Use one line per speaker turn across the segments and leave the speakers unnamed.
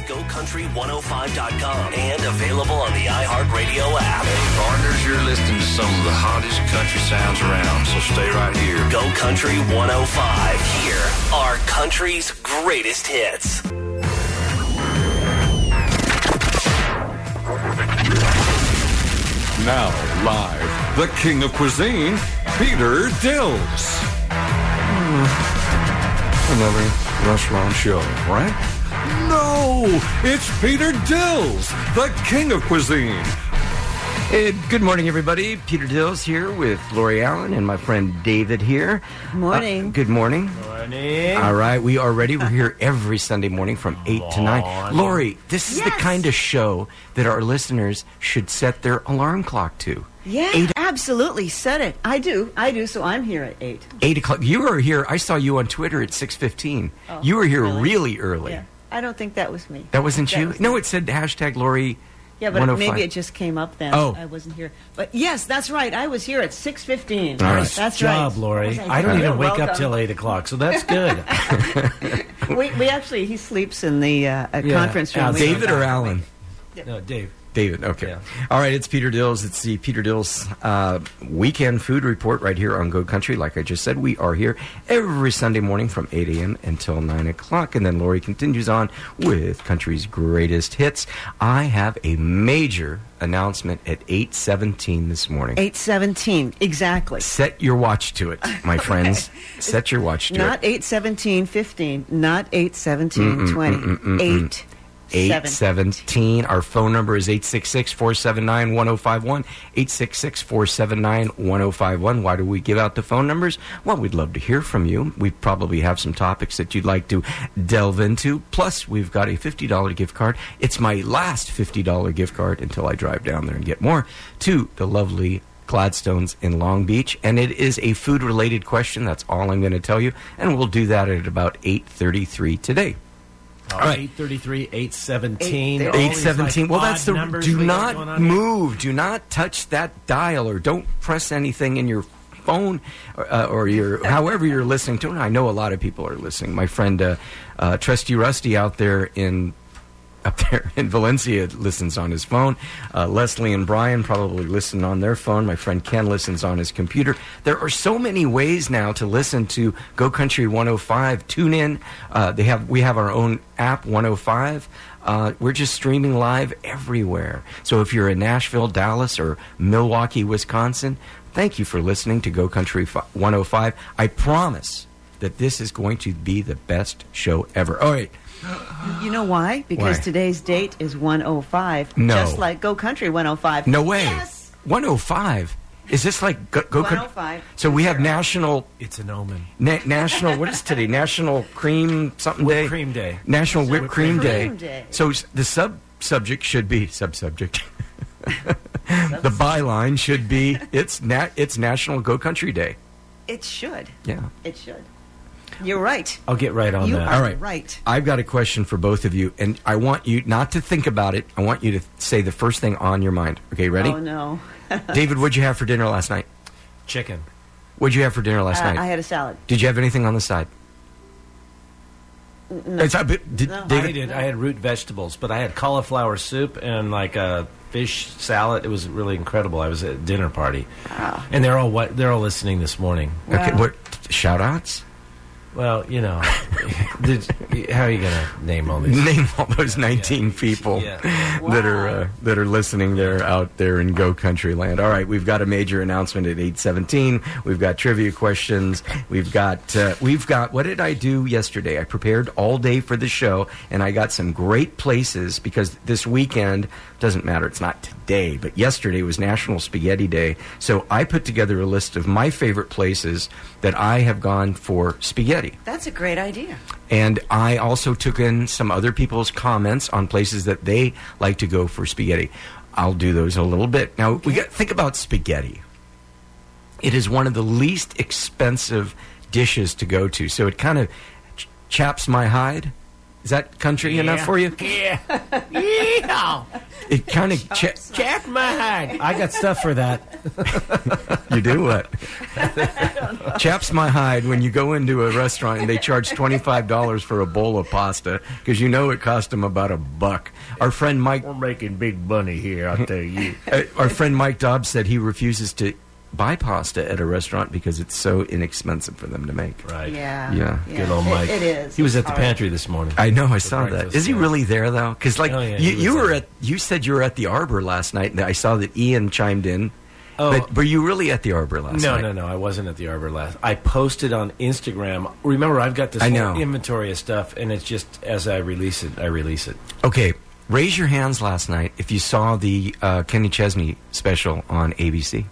GoCountry105.com and available on the iHeartRadio app.
Partners, you're listening to some of the hottest country sounds around, so stay right here.
Go Country 105. Here are country's greatest hits.
Now, live, the king of cuisine, Peter Dills.
Hmm.
Another restaurant show, right? No, it's Peter Dills, the king of cuisine.
Hey, Uh, good morning, everybody. Peter Dills here with Lori Allen and my friend David here.
Morning.
Uh, good morning. All right, we are ready. We're here every Sunday morning from 8 to 9. Lori, this is the
Yes.
kind of show that our listeners should set their alarm clock to.
Yeah,
Eight,
absolutely. Said it. I do. I do. So I'm here at eight.
8 o'clock. You were here, I saw you on Twitter at 6.15. you were here really early.
Oh, Yeah. I don't think that was me.
That wasn't you?
was
no,
me.
it said hashtag Lori
Yeah, but
105.
maybe it just came up then.
Oh.
I wasn't here. But yes, that's right. I was here at six fifteen.
All right.
Nice
That's
job,
right.
Lori.
Yes,
I don't
did. You're
even wake up
welcome.
till eight o'clock, so that's good.
we, we actually he sleeps in the uh, a
Yeah,
conference room.
out
We
there.
David
don't-
or Alan?
no, Dave.
David, okay.
Yeah.
All right, it's Peter Dills. It's the Peter Dills uh, Weekend Food Report right here on Go Country. Like I just said, we are here every Sunday morning from 8 a.m. until 9 o'clock. And then Lori continues on with Country's Greatest Hits. I have a major announcement at 8.17 this morning.
Eight seventeen exactly.
Set your watch to it, my friends. Set your watch to
Not
it.
eight seventeen fifteen. Not eight seventeen twenty. Eight.
817. Our phone number is 866 479 1051. 866 479 1051. Why do we give out the phone numbers? Well, we'd love to hear from you. We probably have some topics that you'd like to delve into. Plus, we've got a $50 gift card. It's my last $50 gift card until I drive down there and get more to the lovely Gladstone's in Long Beach, and it is a food-related question. That's all I'm going to tell you, and we'll do that at about 8:33 today.
All
right.
right. 833, 817.
Eight-
all
Eight
these, like,
seventeen. well, that's
odd
the.
numbers
Do
we got going
not
on here.
move. Do not touch that dial, or don't press anything in your phone, or, uh, or your however you're listening to. it. I know a lot of people are listening. My friend, uh, uh, Trusty Rusty, out there in up there in Valencia listens on his phone. Uh, Leslie and Brian probably listen on their phone. My friend Ken listens on his computer. There are so many ways now to listen to Go Country 105. Tune in. Uh, they have we have our own app 105. Uh, we're just streaming live everywhere. So if you're in Nashville, Dallas, or Milwaukee, Wisconsin, thank you for listening to Go Country fi- 105. I promise that this is going to be the best show ever. All right.
You know why? Because
Why?
today's date is 105.
No.
Just like Go Country 105.
No way.
Yes.
105. Is this like go, go
105.
So we have national
It's an omen.
na- national what is today? National cream something
Whipped
day.
cream day.
National whipped,
Whipped
cream,
cream
day.
Cream day.
So s- the sub subject should be sub subject. the byline should be it's na- it's National Go Country Day.
It should.
Yeah.
It should. You're right.
I'll get right on
You
that.
are
right.
right.
I've got a question for both of you and I want you not to think about it. I want you to say the first thing on your mind. Okay, ready?
Oh, no.
David, what'd you have for dinner last night?
Chicken.
What'd you have for dinner last
Uh,
night?
I had a salad.
Did you have anything on the side? No. did,
No.
David,
I did. I had root vegetables, but I had cauliflower soup and like a fish salad. It was really incredible. I was at a dinner party,
Oh.
and they're all what they're all listening this morning.
okay, what shout outs?
Well, you know, did, how are you going to name all these?
Name all those 19 people
Yeah.
that are uh, that are listening there out there in Go Country Land. All right, we've got a major announcement at 8:17. We've got trivia questions. We've got uh, we've got what did I do yesterday? I prepared all day for the show and I got some great places because this weekend doesn't matter. It's not today, but yesterday was National Spaghetti Day. So I put together a list of my favorite places that I have gone for spaghetti.
That's a great idea.
And I also took in some other people's comments on places that they like to go for spaghetti. I'll do those in a little bit. Now, we got think about spaghetti. It is one of the least expensive dishes to go to. So it kind of ch- chaps my hide Is that country enough for you?
Yeah. yeah.
It kind of che-
Jack Mag. I got stuff for that.
You do what? Chaps my hide when you go into a restaurant and they charge twenty five dollars for a bowl of pasta because you know it cost them about a buck. Our friend Mike,
We're making big money here, I'll tell you.
uh, our friend Mike Dobbs said he refuses to buy pasta at a restaurant because it's so inexpensive for them to make.
Right.
Yeah.
Yeah.
Good old
It-
Mike.
it is.
He was
It's
at the
hard.
pantry this morning.
I know, I saw that.
breakfast,
Is he
yeah.
really there though? Because like
Oh, yeah,
you,
he was
you were
there.
at, you said you were at the Arbor last night. and I saw that Ian chimed in.
Oh.
But were you really at the Arbor last
No,
night?
no, no. I wasn't at the Arbor last. I posted on Instagram. Remember, I've got this
I
whole
know.
inventory of stuff, and it's just as I release it, I release it.
Okay, raise your hands last night if you saw the uh, Kenny Chesney special on ABC.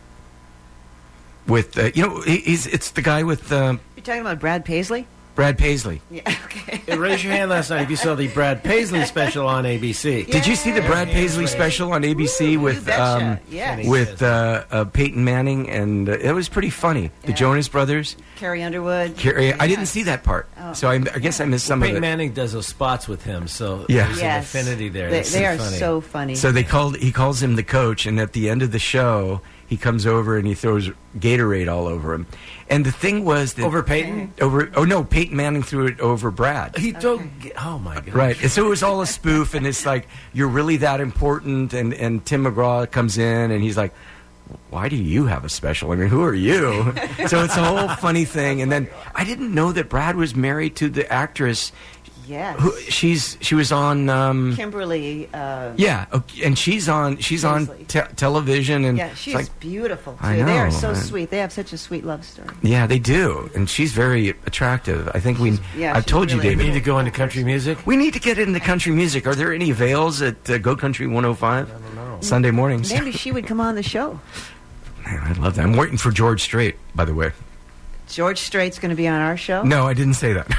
With uh, you know, he, he's it's the guy with uh,
You're talking about Brad Paisley?
Brad Paisley.
Yeah. Okay.
Hey, raise your hand last night if you saw the Brad Paisley special on ABC.
Did you see the Brad
Hands
Paisley
raised.
special on ABC
Ooh, you
with
betcha.
um,
Yes.
with uh, uh, Peyton Manning and uh, it was pretty funny. The
Yeah.
Jonas Brothers.
Carrie Underwood.
Carrie- I didn't
Yes.
see that part,
Oh.
so I, I guess I missed some
Peyton
of it.
Manning does those spots with him, so
Yeah.
there's an
Yes.
affinity there.
They,
It's
they are
funny.
so funny.
So they called. He calls him the coach, and at the end of the show, he comes over and he throws Gatorade all over him. And the thing was that
Over Peyton?
over. Oh no, Peyton Manning threw it over Brad.
He don't. Get, oh my god!
Right, and so it was all a spoof, and it's like you're really that important. And and Tim McGraw comes in, and he's like, "Why do you have a special? I mean, who are you?" so it's a whole funny thing. And then I didn't know that Brad was married to the actress.
yes.
Who she's she was on. Um,
Kimberly. Uh,
yeah, okay, and she's on she's on
Paisley.
te- television and
yeah,
it's
she's
like-
beautiful too.
I
they are
know,
so
man.
sweet. They have such a sweet love story.
yeah, they do, and she's very attractive. I think we
yeah,
I've
she's
told you,
really-
We
David.
need to go into country music.
we need to get into country music. Are there any avails at uh, Go Country 105? I don't know. Sunday mornings. Man,
Maybe she would come on the show.
I love that. I'm waiting for George Strait, by the way.
George Strait's going to be on our show.
No, I didn't say that.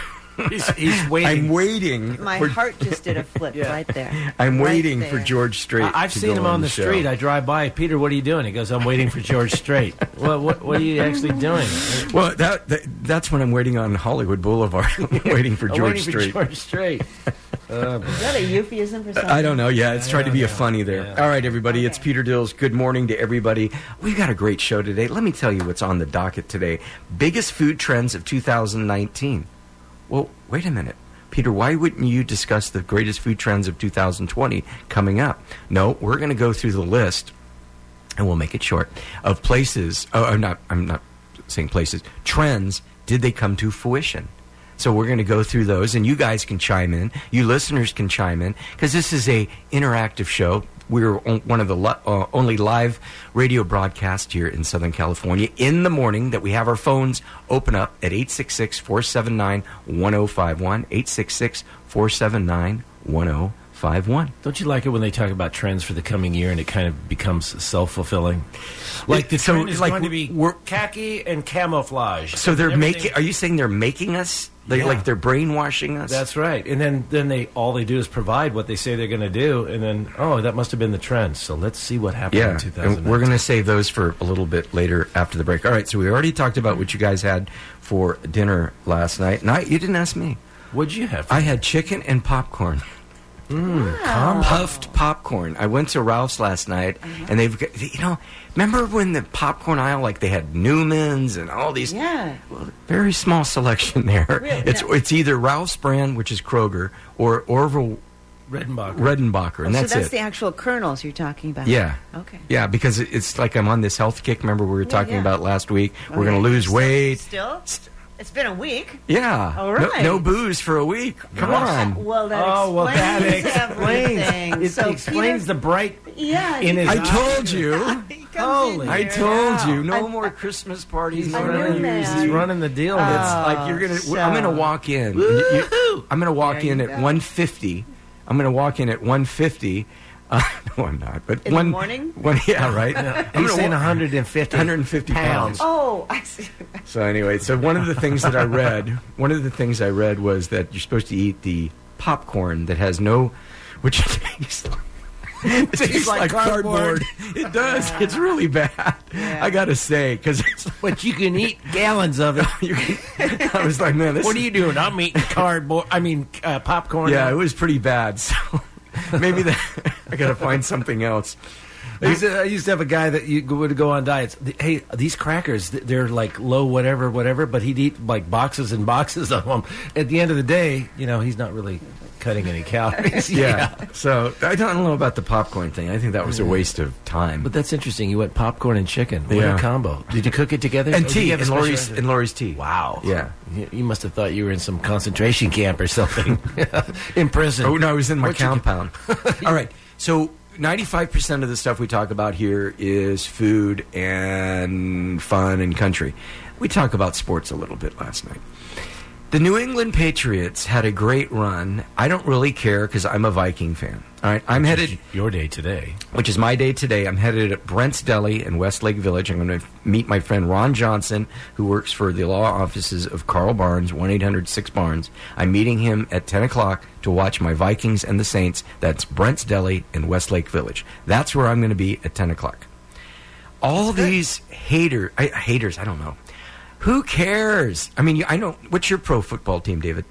He's, he's
I'm
waiting.
waiting.
My
for,
heart just did a flip
Yeah.
right there.
I'm
Right
waiting for
there.
George Strait.
I- I've
to
seen
go
him on the,
show.
street. I drive by. Peter, what are you doing? He goes, I'm waiting for George Strait. what, what, what are you actually doing?
Well, that, that that's when I'm waiting on Hollywood Boulevard, waiting for
I'm
George
waiting
Strait.
For George Strait.
Is that a euphemism for something?
I don't know. Yeah, it's trying to
don't
be a
know.
funny there.
Yeah.
All right, everybody. It's
Okay.
Peter Dills. Good morning to everybody. We've got a great show today. Let me tell you what's on the docket today. Biggest food trends of 2019. Well, wait a minute. Peter, why wouldn't you discuss the greatest food trends of 2020 coming up? No, we're going to go through the list and we'll make it short of places oh i'm not i'm not saying places trends did they come to fruition so we're going to go through those and you guys can chime in you listeners can chime in because this is a interactive show we're on- one of the li- uh, only live radio broadcasts here in Southern California in the morning that we have our phones open up at 866 479 1051. 866 479 1051.
Don't you like it when they talk about trends for the coming year and it kind of becomes self fulfilling? Like the
So,
trend is
like,
going to be
we're-
khaki and camouflage.
So they're
Everything-
making. Are you saying they're making us? They
Yeah.
like they're brainwashing us.
That's right. And then, then they all they do is provide what they say they're going to do, and then oh, that must have been the trend. So let's see what happened
yeah.
in
And
2000.
we're going to save those for a little bit later after the break. All right. So we already talked about what you guys had for dinner last night. And I, you didn't ask me.
What'd you have?
I had chicken and popcorn.
Hmm,
Puffed popcorn. I went to Ralph's last night,
Uh-huh.
and they've got, you know, remember when the popcorn aisle like they had Newman's and all these.
Yeah.
Well, very small selection there.
Really?
It's
No.
it's either Ralph's brand, which is Kroger, or Orville
Redenbacher.
Redenbacher, and that's,
Oh, so that's
it.
the actual kernels you're talking about.
Yeah.
Okay.
Yeah, because it- it's like I'm on this health kick. Remember we were talking
yeah.
about last week. We're going
Okay.
to lose
Still-
weight.
Still, it's been a week.
yeah.
All
No-
right.
No, booze for a week. Come on.
Well, that
Oh well, that
explains
explains.
everything.
It
so
explains
Peter,
the bright.
yeah. he-
in his
I
eyes.
told you.
he comes in
Holy-
I
here.
told you. No
I-
more Christmas parties.
He's
I
no
knew
running,
New
that.
Year's
he's
Eve.
running the deal.
It's like you're gonna.
so-
I'm gonna walk in. You- you- I'm gonna walk
There you
in at
go.
150. I'm gonna walk in at 150. Uh, no, I'm not. But
In the
one
morning?
One, yeah, right. I'm gonna
he's saying
wa-
150,
150 pounds.
Oh, I see.
So anyway, so one of the things that I read, one of the things I read was that you're supposed to eat the popcorn that has no, which takes. it tastes
like
like, cardboard. It does. It's really bad. I gotta say, because
But you can eat gallons of it.
I was like, man, this.
What
is-
are you doing? I'm eating cardboard. I mean, uh, popcorn.
Yeah, it was pretty bad. So maybe that I gotta find something else.
I used, to, I used to have a guy that you go- would go on diets. Th- Hey, these crackers, th- they're like low whatever, whatever, but he'd eat like boxes and boxes of them. At the end of the day, you know, he's not really cutting any calories.
Yeah. So I don't know about the popcorn thing. I think that was a waste of time.
Mm. But that's interesting. You went popcorn and chicken. What
Yeah.
a combo. Did you cook it together?
and
Or did
tea
you have
and
a special
Lori's
recipe?
and Lori's tea.
Wow.
Yeah.
You- You must have thought you were in some concentration camp or something. in prison.
Oh no, I was in my
What you get-
compound. All right. So ninety-five percent of the stuff we talk about here is food and fun and country. We talk about sports a little bit last night. The New England Patriots had a great run. I don't really care because I'm a Viking fan. All right, I'm headed
Your day today.
which is my day today. I'm headed at Brent's Deli in Westlake Village. I'm going to meet my friend Ron Johnson, who works for the law offices of Carl Barnes, 1 800 6 Barnes. I'm meeting him at 10 o'clock to watch my Vikings and the Saints. That's Brent's Deli in Westlake Village. That's where I'm going to be at 10 o'clock. All these hater, I, haters, I don't know. Who cares? I mean, you- I know. What's your pro football team, David?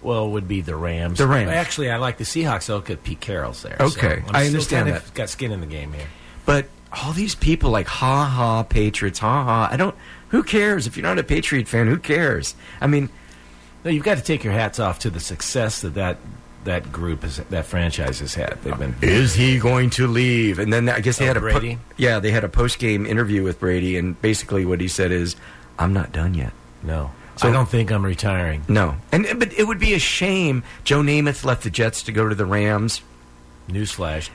Well, would be the Rams.
The Rams.
Actually, I like the Seahawks. So look at Pete Carroll's there.
Okay,
so I'm
I
still
understand
kind of
that.
Got skin in the game here.
But all these people like ha ha Patriots, ha ha. I don't. Who cares if you're not a Patriot fan? Who cares? I mean,
No, you've got to take your hats off to the success that that, that group has, that franchise has had. They've been.
is he going to leave? And then I guess they
Oh,
had a po-
Brady?
yeah, they had a post game interview with Brady, and basically what he said is, "I'm not done yet."
No,
So-
I don't think I'm retiring.
No, and but it would be a shame. Joe Namath left the Jets to go to the Rams.
Newsflash.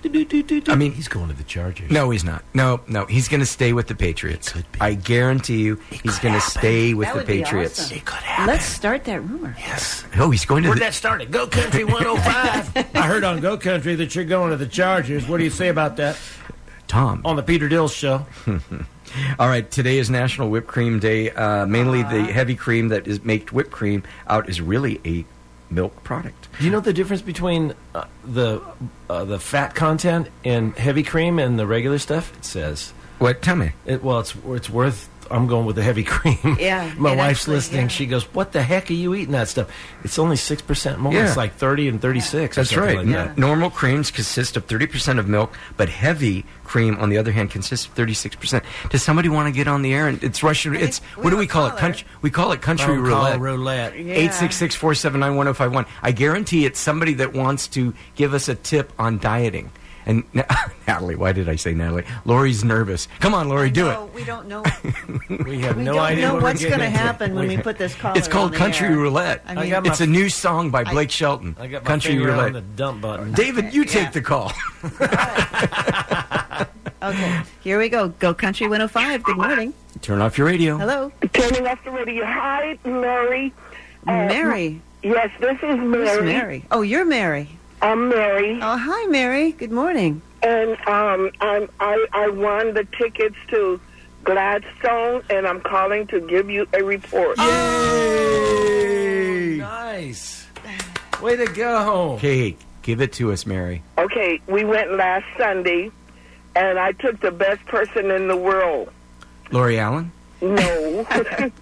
I mean,
he's going to the Chargers.
No, he's not. No, no, he's going to stay with the Patriots.
could be.
I guarantee you, he's going to stay with
That
the
would be
Patriots.
awesome.
it could happen.
Let's start that rumor.
yes.
Oh, he's going to.
Where'd
the-
that start at? Go Country 105. I heard on Go Country that you're going to the Chargers. What do you say about that
Tom.
on the Peter Dills show?
All right, today is National Whipped Cream Day. Uh, mainly the heavy cream that is made whipped cream out is really a milk product.
Do you know the difference between uh, the uh, the fat content and heavy cream and the regular stuff? It says
What? Tell me.
it. Well, it's it's worth. I'm going with the heavy cream.
Yeah,
my
it
wife's
actually-
listening.
yeah.
She goes, "What the heck are you eating that stuff? It's only six percent more.
Yeah.
It's like thirty and thirty six.
That's right.
Like
N-
that.
Normal creams consist of 30% of milk, but heavy cream, on the other hand, consists of 36%. Does somebody want to get on the air? And it's Russian.
think
It's
we
what do
have
we
a
call it?
caller.
Country. We call it country
Phone call
roulette.
roulette.
Yeah.
866 479 1051. I guarantee it's somebody that wants to give us a tip on dieting. And Na- Natalie, why did I say Natalie? Lori's nervous. Come on, Lori, do it.
No, we don't know.
We have
We
no
don't
idea
know
what we're
what's going to
getting into.
happen when we put this caller.
It's called
on the
Country
air.
Roulette.
I
I
mean,
got my
it's a new song by Blake Shelton.
I got my
Country
finger
Roulette.
on the dump button.
David, you take
Yeah.
the call.
okay. Here we go. Go Country 105. Good morning.
Turn off your radio.
Hello,
Turning off the radio. Hi, Mary.
Mary.
Yes, this is Mary.
Who's Mary? Oh, you're Mary.
I'm Mary,
Oh, hi, Mary. Good morning.
and um, I'm, I I won the tickets to Gladstone, and I'm calling to give you a report.
Nice. Way to go.
Okay, give it to us, Mary.
Okay, we went last Sunday, and I took the best person in the world.
Lori Allen?
No,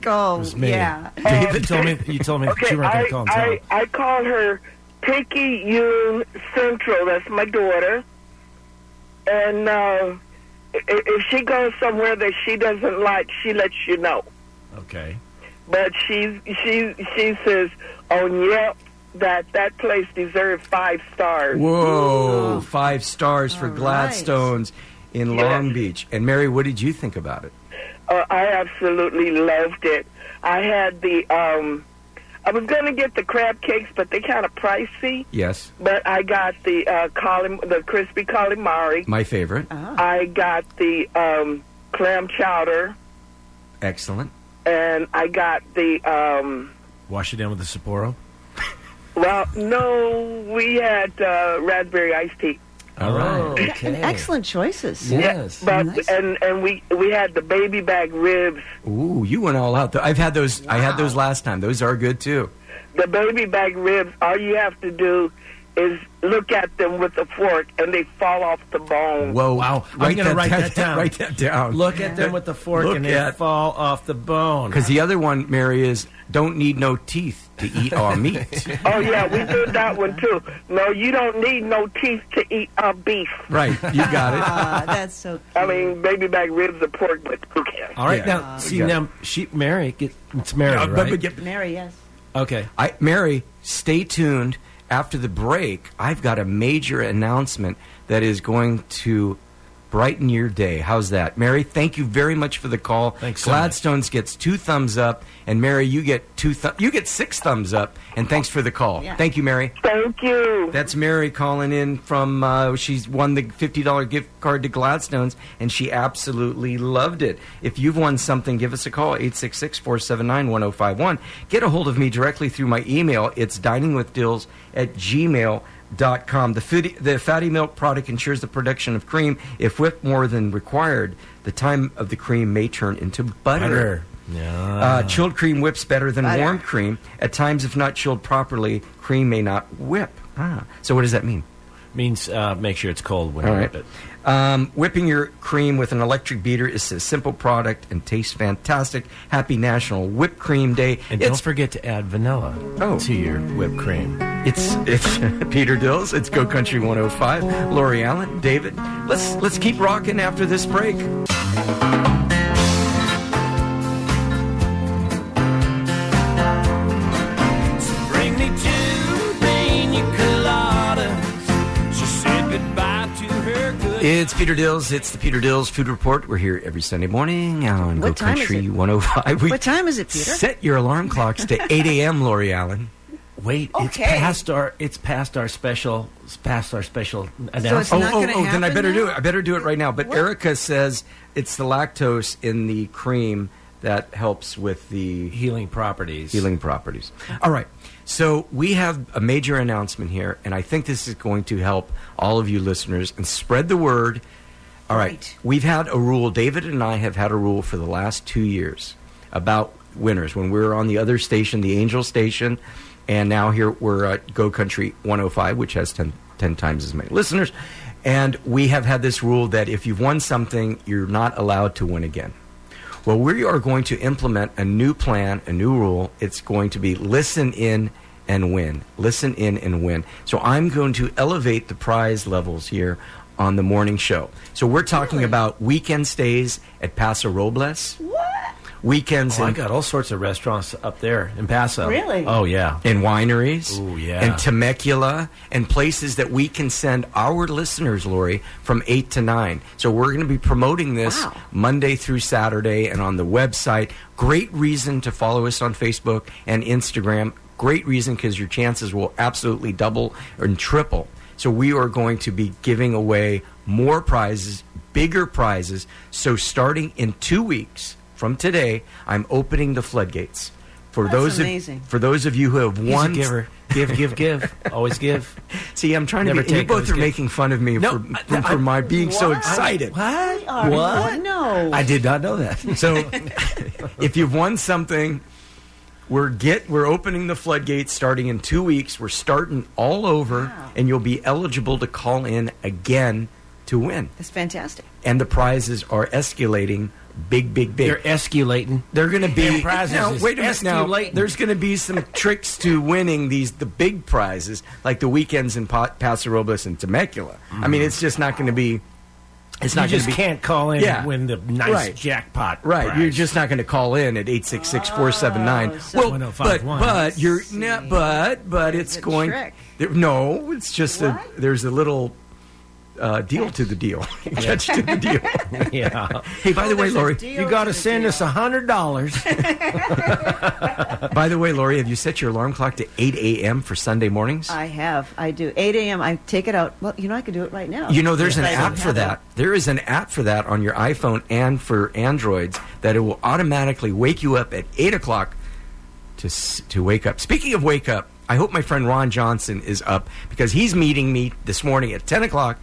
Oh,
me.
yeah.
You told me. You told me that
okay,
you weren't going
I
to call and tell.
I, I call her Picayune Central. That's my daughter, and uh, i- if she goes somewhere that she doesn't like, she lets you know.
Okay.
but she she she says on Yelp that that place deserved five stars.
Whoa, five stars for
All right.
Gladstone's in
Yeah.
Long Beach. And Mary, what did you think about it?
Uh, I absolutely loved it. I had the um, I was gonna get the crab cakes, but they kind of pricey.
Yes,
But I got the uh, calim- the crispy calamari.
my favorite.
Uh-huh.
I got the um, clam chowder,
Excellent.
and I got the um.
Wash it down with the Sapporo.
Well, no, we had uh, raspberry iced tea.
Oh,
All
Oh.
right. Okay.
Excellent choices.
Yes.
But
Nice.
and and we we had the baby back ribs.
Ooh, you went all out. I've had those. I had those last time. Those are good too.
the baby back ribs, all you have to do is look at them with a fork and they fall off the bone.
Whoa!
Wow. I'm
Write
gonna
that
write that down.
Write that down.
Look at them with the fork
Look
and they
at-
fall off the bone.
Because the other one, Mary, is don't need no teeth to eat our meat.
Oh yeah, we did that one too. No, you don't need no teeth to eat our beef.
right. You got
Ah, that's so
I mean, baby back ribs of pork, but who cares?
All right,
Yeah.
now see
got
now she Mary get it's Mary,
it.
right?
Mary, yes.
okay.
I, Mary, stay tuned. After the break, I've got a major announcement that is going to brighten your day. How's that? Mary, thank you very much for the call.
Thanks so much.
Gladstones gets two thumbs up, and Mary, you get two thu- you get six thumbs up, and thanks for the call.
Yeah.
Thank you, Mary.
Thank you.
That's Mary calling in from. Uh, she's won the fifty dollar gift card to Gladstones, and she absolutely loved it. If you've won something, give us a call 866-479-1051. Get a hold of me directly through my email. It's diningwithdills at gmail. Dot com. The, fatty, the fatty milk product ensures the production of cream. If whipped more than required, the time of the cream may turn into butter.
Butter. Yeah.
Uh, chilled cream whips better than
Butter.
warm cream. At times, if not chilled properly, cream may not whip. Ah. So, what does that mean?
Means uh, make sure it's cold when
All
you
right.
whip it.
Um, whipping your cream with an electric beater is a simple product and tastes fantastic. Happy National Whipped Cream Day.
And
it's
don't forget to add vanilla
Oh.
to your whipped cream.
it's it's Peter Dills. It's Go Country 105. Lori Allen, David. Let's let's keep rocking after this break.
Bring me two pina coladas. She said goodbye to her good.
It's Peter Dills. It's the Peter Dills Food Report. We're here every Sunday morning on
What
Go
time is
Country
it?
105. We
What time is it, Peter?
Set your alarm clocks to 8 a.m. Lori Allen.
Wait, it's
Okay.
past our it's past our special it's past our special
it's
announcement.
not gonna
Oh, then I
happen
better do
now?
it. I better do it right now. But
What?
Erica says it's the lactose in the cream that helps with the
healing properties.
healing properties. All right. So we have a major announcement here, and I think this is going to help all of you listeners and spread the word. All right.
Right.
We've had a rule, David and I have had a rule for the last two years about winners. When we were on the other station, the Angel Station, and now here we're at Go Country 105, which has 10, 10 times as many listeners. And we have had this rule that if you've won something, you're not allowed to win again. Well, we are going to implement a new plan, a new rule. It's going to be listen in and win. Listen in and win. So I'm going to elevate the prize levels here on the morning show. So we're talking about weekend stays at Paso Robles. What? Weekends
Oh, I
in,
got all sorts of restaurants up there in Paso.
Really?
Oh yeah.
in wineries.
Ooh, yeah.
And Temecula and places that we can send our listeners, Lori, from 8 to 9. So we're going to be promoting this
Wow.
Monday through Saturday and on the website. Great reason to follow us on Facebook and Instagram. Great reason because your chances will absolutely double and triple. So we are going to be giving away more prizes, bigger prizes. So starting in two weeks from today, I'm opening the floodgates. For
That's
those
amazing.
Of, for those of you who have
He's
won,
a giver. Give, give, give. Always give.
See, I'm trying
Never
to. Be, you
take
both
those
are
gifts.
making fun of me
No,
for,
I-
for,
I-
my being so
What?
excited.
What?
Are-
What?
Oh, No.
I did not know that.
So, if you've won something, we're get we're opening the floodgates starting in two weeks. We're starting all over,
Wow.
and you'll be eligible to call in again to win.
That's fantastic.
And the prizes are escalating, big, big, big.
They're escalating.
They're going to be
And prizes
now.
is
Wait a minute. Now,
escalating.
there's going to be some tricks to winning these the big prizes, like the weekends in pa- Paso Robles and Temecula. I mean, it's just not going to be. It's
You
not going
just
to be
can't call in
Yeah.
and win the nice
Right.
jackpot.
right.
prize.
You're just not going to call in at eight six six four seven nine.
Oh, so-
Well, but
1051.
but you're
see.
no, but but it's
a
going.
trick.
there- no, it's just a,
What?
there's a little. Uh, deal to the deal. Catch to the deal.
yeah.
Hey, by the way,
Oh, There's a
Lori.
deal
You got to
the
send
deal.
us a hundred dollars.
By the way, Lori, have you set your alarm clock to 8 a.m. for Sunday mornings?
I have. I do. 8 a.m. I take it out. Well, you know, I could do it right now.
You know, there's
If
an
I don't
app for
have
that. There is an app for that on your iPhone and for Androids that it will automatically wake you up at eight o'clock to s- to wake up. Speaking of wake up, I hope my friend Ron Johnson is up because he's meeting me this morning at ten o'clock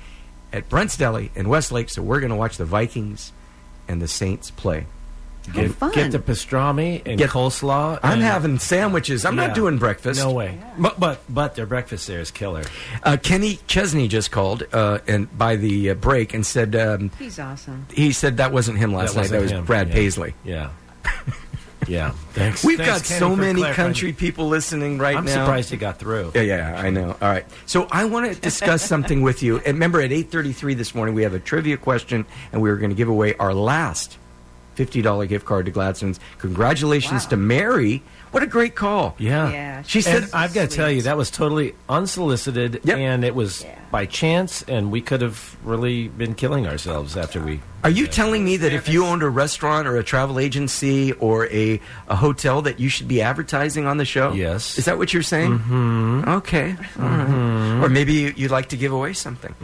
at Brent's Deli in Westlake. So we're going to watch the Vikings and the Saints play.
Oh,
Get,
fun.
get the pastrami and
Get-
coleslaw.
I'm
and-
having sandwiches. I'm
Yeah.
not doing breakfast.
No way. But, but but their breakfast there is killer.
Uh, Kenny Chesney just called uh, and by the uh, break and said um,
He's awesome.
he said that wasn't him last night.
wasn't
That was
him.
Brad
Yeah.
Paisley.
Yeah. Yeah. Thanks.
We've
Thanks,
got
Kenny,
so
for
many
clarifying.
country people listening right
I'm
now.
surprised you got through.
Yeah, yeah, yeah, I know. All right. So I want to discuss something with you. And remember, at 8.33 this morning, we have a trivia question, and we are going to give away our last $50 gift card to Gladstone's. Congratulations
Wow.
to Mary. What a great call.
Yeah.
Yeah.
She
she's
said-
And I've got to
sweet.
tell you, that was totally unsolicited,
Yep.
and it was
Yeah.
by chance, and we could have really been killing ourselves after we.
Are you telling me that if you owned a restaurant or a travel agency or a, a hotel that you should be advertising on the show?
Yes.
Is that what you're saying? Mm-hmm. Okay. All right.
Mm-hmm.
Or maybe you, you'd like to give away something.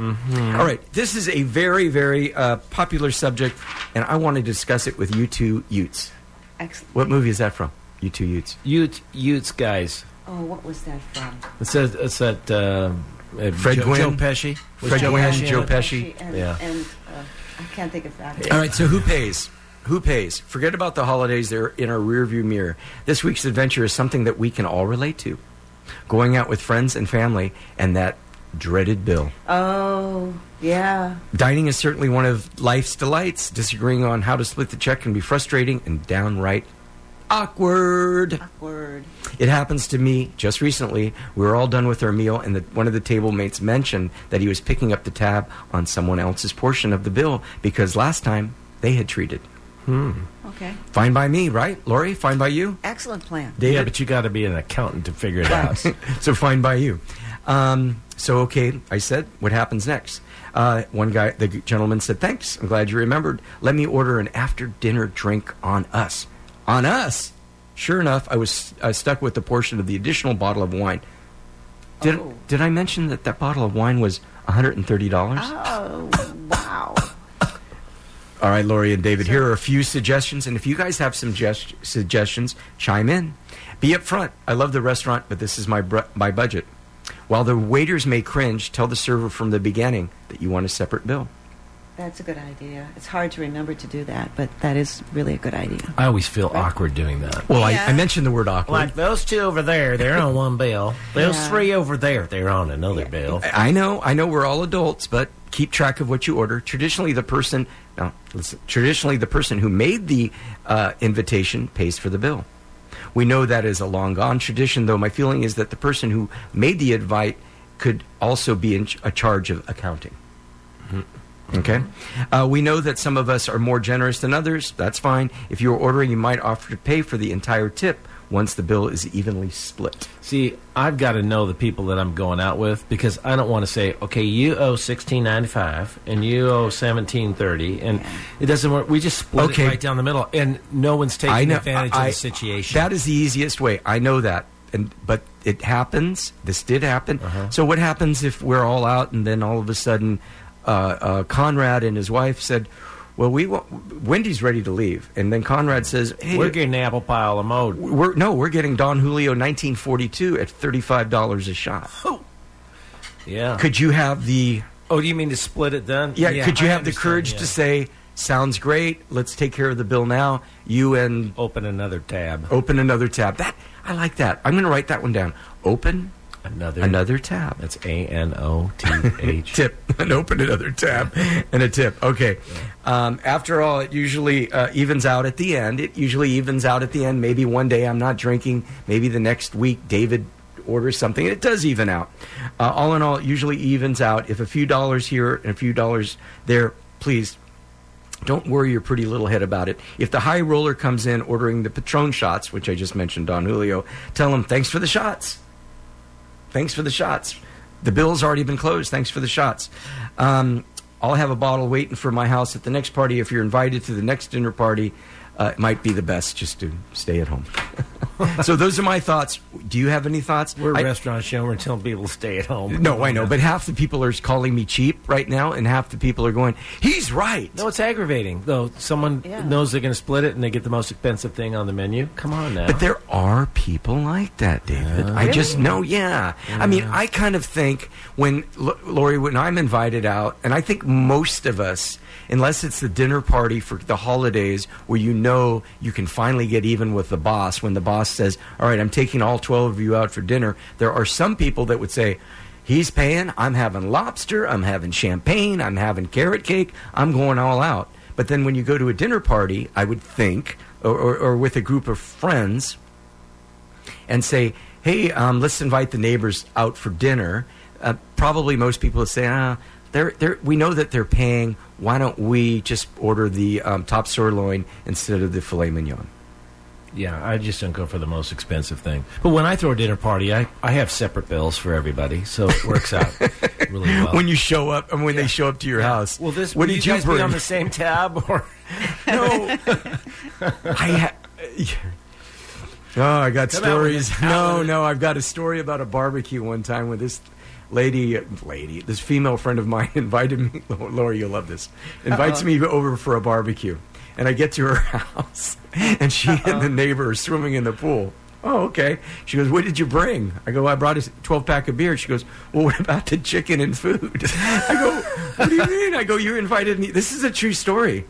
All right. This is a very, very uh, popular subject, and I want to discuss it with you two Utes.
Excellent.
What movie is that from? You two Utes.
Ute, Utes guys.
Oh, what was that from?
It says it's that uh, uh,
Fred
Joe,
Gwynn.
Joe Pesci. Was
Fred
Joe
Gwynn,
Pesci in
Joe
it?
Pesci.
And,
Yeah.
and uh, I can't think of that.
All right, so who pays? Who pays? Forget about the holidays, they're in our rearview mirror. This week's adventure is something that we can all relate to going out with friends and family, and that dreaded bill.
Oh, yeah.
Dining is certainly one of life's delights. Disagreeing on how to split the check can be frustrating and downright awkward.
Word.
It happens to me just recently. We were all done with our meal, and the, one of the table mates mentioned that he was picking up the tab on someone else's portion of the bill because last time they had treated.
Okay.
Fine by me, right, Lori? Fine by you?
Excellent plan.
Yeah,
David?
but you got to be an accountant to figure it out.
so fine by you. Um, so okay, I said, what happens next? Uh, one guy, the gentleman said, thanks. I'm glad you remembered. Let me order an after dinner drink on us. On us. Sure enough, I was uh, stuck with the portion of the additional bottle of wine. Did
Oh.
did I mention that that bottle of wine was $130?
Oh, wow.
All right, Lori and David, here are a few suggestions. And if you guys have some gest- suggestions, chime in. Be upfront. I love the restaurant, but this is my, br- my budget. While the waiters may cringe, tell the server from the beginning that you want a separate bill.
That's a good idea. It's hard to remember to do that, but that is really a good idea.
I always feel awkward doing that.
Well,
Yeah.
I, I mentioned the word awkward.
Like those two over there, they're on one bill. Those
Yeah.
three over there, they're on another bill.
I I know, I know we're all adults, but keep track of what you order. Traditionally, the person, no, listen, traditionally, the person who made the uh, invitation pays for the bill. We know that is a long gone tradition, though my feeling is that the person who made the invite could also be in ch- a charge of accounting. Okay. Uh, we know that some of us are more generous than others. That's fine. If you're ordering, you might offer to pay for the entire tip once the bill is evenly split.
See, I've got to know the people that I'm going out with because I don't want to say, okay, you owe sixteen ninety five and you owe seventeen thirty, and it doesn't work. We just split
Okay.
it right down the middle, and no one's taking advantage of the situation.
That is the easiest way. I know that, and but it happens. This did happen.
Uh-huh.
So what happens if we're all out and then all of a sudden, uh, uh, Conrad and his wife said, "Well, we want, Wendy's ready to leave," and then Conrad says, "Hey,
We're getting apple pile of mode.
we're- no, we're getting Don Julio 1942 at thirty-five dollars a shot.
Yeah.
Could you have the
oh, do you mean to split it then?
yeah? could you
I
have the
understand,
courage
yeah.
to say?" Sounds great. Let's take care of the bill now. You and
open another tab?
open another tab. That I like that. I'm going to write that one down. Open
Another.
another tab.
That's A N O T H.
Tip and open another tab and a tip. Okay. Um, after all, it usually uh, evens out at the end. It usually evens out at the end. Maybe one day I'm not drinking. Maybe the next week David orders something. It does even out. Uh, all in all, it usually evens out. If a few dollars here and a few dollars there, please don't worry your pretty little head about it. If the high roller comes in ordering the Patron shots, which I just mentioned, Don Julio, tell him thanks for the shots. Thanks for the shots. The bill's already been closed. Thanks for the shots. Um, I'll have a bottle waiting for my house at the next party. If you're invited to the next dinner party, uh, it might be the best just to stay at home. so those are my thoughts. Do you have any thoughts?
We're a
I-
restaurant show. We're telling people to stay at home.
No, I know, but half the people are calling me cheap right now, and half the people are going, "He's right."
No, it's aggravating though. Someone
Yeah.
knows they're going to split it, and they get the most expensive thing on the menu. Come on now.
But there are people like that, David. I just know, yeah. I mean, I kind of think when L- Lori, when I'm invited out, and I think most of us, unless it's the dinner party for the holidays where you know you can finally get even with the boss, when the boss says, All right, I'm taking all 12 of you out for dinner, there are some people that would say, He's paying, I'm having lobster, I'm having champagne, I'm having carrot cake, I'm going all out. But then when you go to a dinner party, I would think, or, or, or with a group of friends, and say, hey, um, let's invite the neighbors out for dinner, uh, probably most people would say, ah, they're, they're, we know that they're paying. Why don't we just order the um, top sirloin instead of the filet mignon?
Yeah, I just don't go for the most expensive thing. But when I throw a dinner party, I, I have separate bills for everybody, so it works out really well.
When you show up, and when they show up to your house,
well, this
what
will
did
you
you,
guys
bring?
be on the same tab or
No. I ha- Oh, I got
Come out
stories.
with it. Out
No,
with it.
no, I've got a story about a barbecue one time with this lady, lady, this female friend of mine invited me. Laura, you'll love this. Invites me over for a barbecue, and I get to her house, and she and the neighbor are swimming in the pool. Oh, okay. She goes, What did you bring? I go, I brought a 12 pack of beer. She goes, Well, what about the chicken and food? I go, What do you mean? I go, You invited me. This is a true story.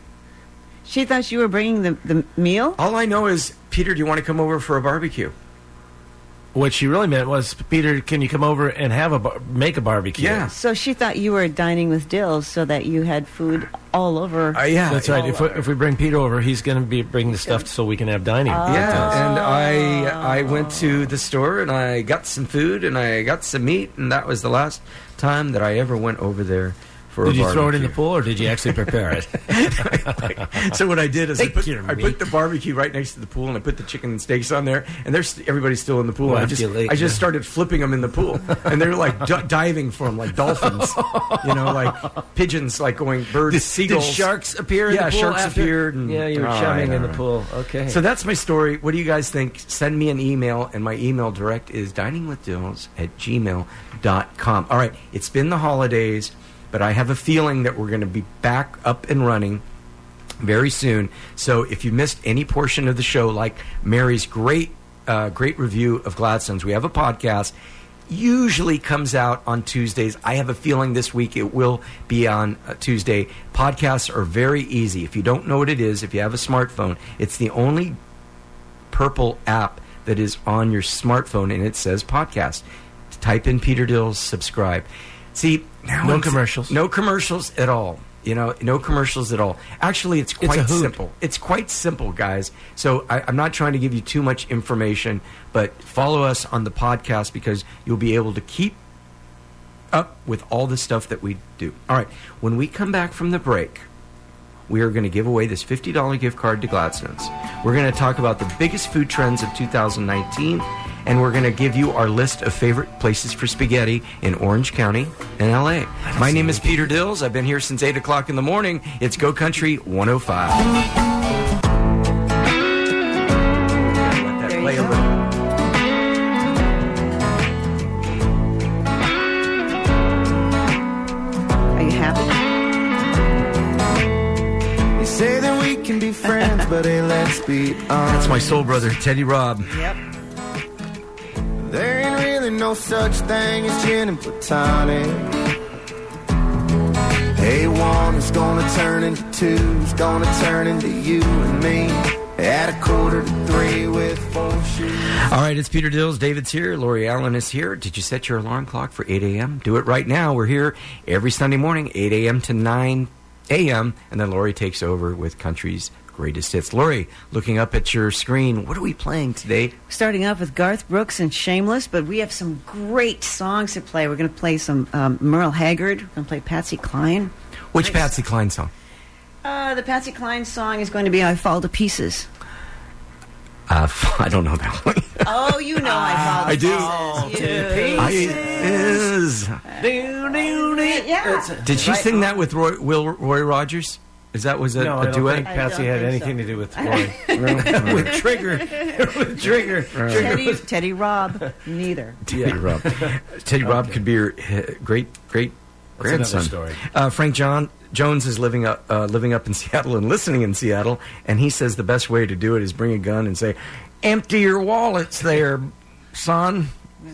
She thought you were bringing the, the meal?
All I know is, Peter, do you want to come over for a barbecue?
what she really meant was, Peter, can you come over and have a bar- make a barbecue?
Yeah.
So she thought you were dining with Dills so that you had food all over.
Uh, yeah,
That's right. If we, if we bring Peter over, he's going to be bring the stuff so we can have dining.
Oh. Yeah, and I I went to the store and I got some food and I got some meat and that was the last time that I ever went over there for
Did
a
you throw it in the
barbecue.
pool or did you actually prepare it?
so what I did is I
Take
put,
your
I put
meat.
the barbecue right next to the pool and I put the chicken and steaks on there and there's everybody's still in the pool.
Well,
and I
after
just
you lay-
I just
yeah.
started flipping them in the pool and they're like d- diving for them like dolphins, you know, like pigeons like going birds, seagulls,
Did sharks appear in
Yeah,
the pool?
sharks
after?
appeared and-
yeah, you were
All
chumming
right, all
in the
right.
pool. Okay.
So that's my story. What do you guys think? Send me an email, and my email direct is diningwithdills at gmail.com. All right, it's been the holidays, but I have a feeling that we're going to be back up and running very soon. So if you missed any portion of the show, like Mary's great, uh, great review of Gladstone's, we have a podcast. Usually comes out on Tuesdays. I have a feeling this week it will be on uh, Tuesday. Podcasts are very easy. If you don't know what it is, if you have a smartphone, it's the only purple app that is on your smartphone and it says podcast. Type in Peter Dills, subscribe. See, now
No
I'm-
commercials.
No commercials at all. You know, no commercials at all. Actually, it's
a
quite
hoot.
simple. It's quite simple, guys. So I, I'm not trying to give you too much information, but follow us on the podcast because you'll be able to keep up with all the stuff that we do. All right, when we come back from the break, we are going to give away this $50 gift card to Gladstone's. We're going to talk about the biggest food trends of 2019, and we're going to give you our list of favorite places for spaghetti in Orange County and LA. My name is Peter Dills. I've been here since 8 o'clock in the morning. It's Go Country 105. Let that
There
play
you
a
go.
little.
Are you happy?
They say that we can be friends, but hey, let's be
That's
honest.
my soul brother, Teddy Robb.
Yep.
There ain't really no such thing as gin and platonic. Hey, one is gonna turn into two, is gonna turn into you and me. At a quarter to three with four shoes.
All right, it's Peter Dills. David's here. Lori Allen is here. Did you set your alarm clock for 8 a.m.? Do it right now. We're here every Sunday morning, 8 a.m. to 9 a.m. And then Lori takes over with Country's Greatest Hits. Lori, looking up at your screen, what are we playing today?
Starting off with Garth Brooks and Shameless, but we have some great songs to play. We're going to play some um, Merle Haggard. We're going to play Patsy Cline.
Which Patsy Cline song?
Uh, the Patsy Cline song is going to be I Fall to Pieces.
Uh, f- I don't know that one. Oh.
Oh, you know I Fall to Pieces. You-
I, is.
Yeah.
Did she sing that with Roy, Will Roy Rogers? Is that was it
no, I
a
don't
duet?
think
I
Patsy
don't
had
think
anything
so.
to do with
I
Roy. with Trigger, with Trigger. Trigger
Teddy, Teddy Robb, neither.
Teddy Rob. Teddy Rob could be your uh, great great
another
grandson.
story.
Uh, Frank John Jones is living up uh, living up in Seattle and listening in Seattle, and he says the best way to do it is bring a gun and say, "Empty your wallets, there, son,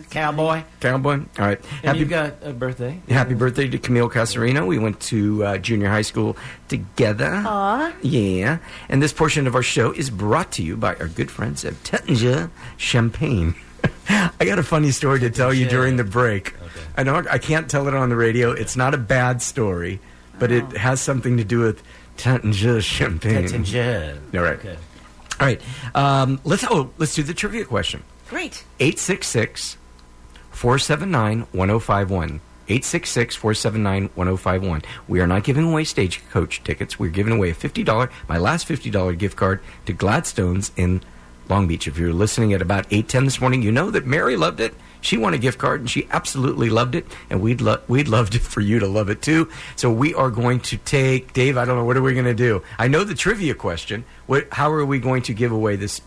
Cowboy.
cowboy." All right,
And
happy
you got a birthday.
happy birthday to Camille Casarino. We went to uh, junior high school together. Aww. Yeah, and this portion of our show is brought to you by our good friends at Tettinger Champagne. I got a funny story to tell you during the break. I know I can't tell it on the radio. It's not a bad story, but it has something to do with Tettinger Champagne. All right.
Okay.
All right. Um, let's oh, let's do the trivia question.
Great.
866 479 1051. 866 479 1051. We are not giving away stagecoach tickets. We're giving away a $50, my last $50 gift card to Gladstone's in Long Beach. If you're listening at about 8:10 this morning, you know that Mary loved it. She won a gift card and she absolutely loved it, and we'd lo- we'd loved it for you to love it too. So we are going to take Dave. I don't know what are we going to do. I know the trivia question. What, how are we going to give away this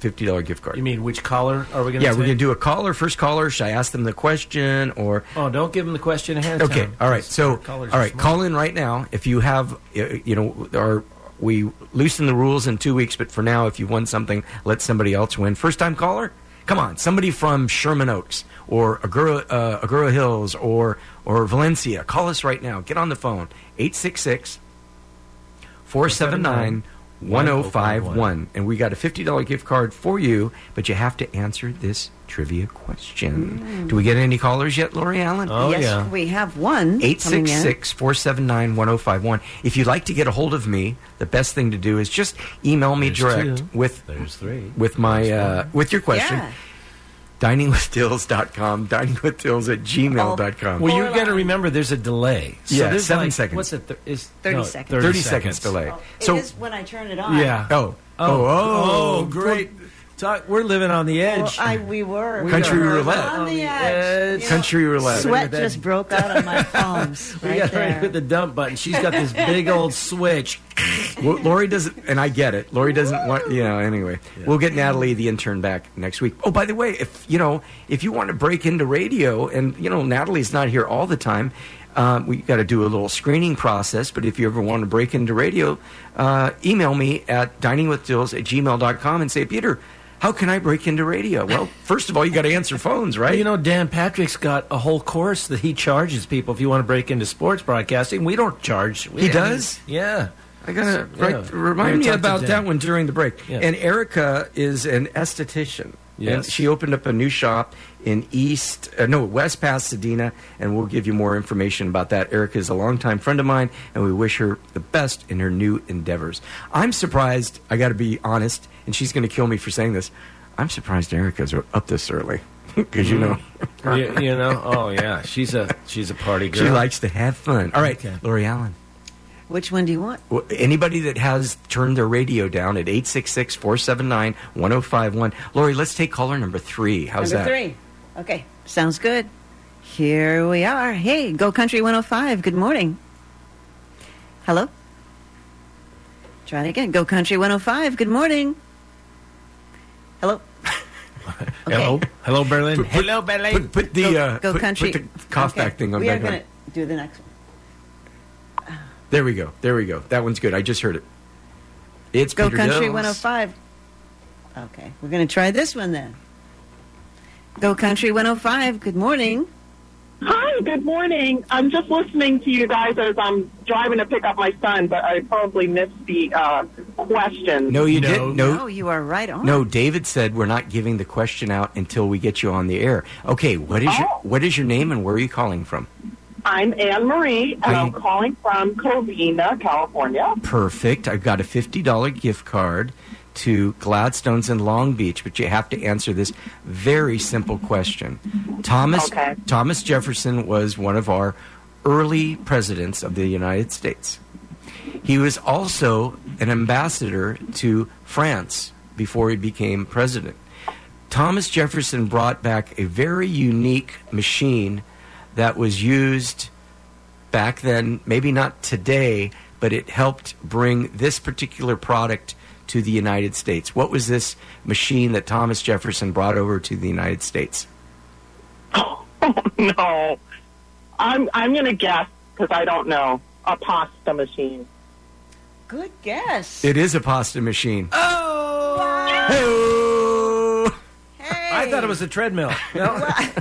fifty dollar gift card?
You mean which collar are we going to
Yeah, we're
take?
gonna do a caller, first caller. Should I ask them the question or?
Oh, don't give him the question ahead of
Okay,
time.
all right. So, all
Callers are
right,
smart.
call in right now if you have, uh, you know, or we loosen the rules in two weeks. But for now, if you won something, let somebody else win. First time caller, come on, somebody from Sherman Oaks or Agoura, uh, Agoura Hills or or Valencia. Call us right now. Get on the phone 866 479 1051. And we got a $50 gift card for you, but you have to answer this trivia question. Do we get any callers yet, Lori Allen?
Oh,
yes,
yeah.
we have one. coming in.
866 479 1051. If you'd like to get a hold of me, the best thing to do is just email me
There's
direct
two.
with
There's three.
with my uh, with your question.
Yeah.
Diningwithdills.com, diningwithdills at gmail.com.
Well, you
Four
got to
lines.
remember there's a delay. So
Yeah,
there's
seven
like-
seconds.
What's it? Th- is,
30
no,
seconds.
30,
30 seconds delay.
Oh, it
so,
is when I turn it on.
Yeah.
oh, oh, oh,
oh, great. Talk, we're living on the
Well,
edge.
I, we were.
We Country
were
roulette.
On the
edge.
edge. You know,
Country roulette.
Sweat just broke out on my palms.
we
right
got
there.
ready with the dump button. She's got this big old switch.
Well, Lori doesn't, and I get it. Lori doesn't want, you know. Anyway, we'll get Natalie, the intern, back next week. Oh, by the way, if you know, if you want to break into radio, and you know, Natalie's not here all the time. Um, we got to do a little screening process, but if you ever want to break into radio, uh, email me at diningwithdills at gmail.com and say, Peter, how can I break into radio? Well, first of all, you got to answer phones, right?
You know, Dan Patrick's got a whole course that he charges people if you want to break into sports broadcasting. We don't charge. We,
He does?
Yeah.
I gotta
Yeah.
right,
We're
remind me
talking
about
to
that
Dan.
one during the break.
Yeah.
And Erica is an esthetician. And
Yes.
she opened up a new shop in East, uh, no, West Pasadena, and we'll give you more information about that. Erica is a longtime friend of mine, and we wish her the best in her new endeavors. I'm surprised, I gotta be honest, and she's gonna kill me for saying this. I'm surprised Erica's up this early. Because,
Mm-hmm.
you know,
you, you know, oh yeah, she's a she's a party girl.
she likes to have fun. All right,
Okay.
Lori Allen.
Which one do you want?
Well, anybody that has turned their radio down at 866-479-1051 lori let's take caller number three how's
Number
that
three. Okay. Sounds good. Here we are. Hey, Go Country 105. Good morning. Hello? Try it again. Go Country 105. Good morning. Hello? Okay.
Hello, hello Berlin. hello Berlin.
put, put the
go,
uh,
go
put,
country.
put the cough
Okay,
back thing on
We are
back on.
going to do the next one.
there we go there we go that one's good i just heard it it's
Go
Peter
Country
Dills.
105. Okay, we're going to try this one then. Go Country 105. Good morning.
Hi, good morning. I'm just listening to you guys as I'm driving to pick up my son, but I probably missed the uh, question.
no you
No.
didn't no
Oh, you are right on.
no david said we're not giving the question out until we get you on the air okay what is your
Oh.
what is your name and where are you calling from
I'm Anne Marie, and
Hi.
I'm calling from Covina, California.
perfect. I've got a $50 gift card to Gladstone's in Long Beach, but you have to answer this very simple question. Thomas
Okay.
Thomas Jefferson was one of our early presidents of the United States. He was also an ambassador to France before he became president. Thomas Jefferson brought back a very unique machine that was used back then, maybe not today, but it helped bring this particular product to the United States. What was this machine that Thomas Jefferson brought over to the United States?
Oh, no, I'm I'm gonna guess because I don't know a pasta machine.
Good guess.
It is a pasta machine.
I thought it was a treadmill. No,
I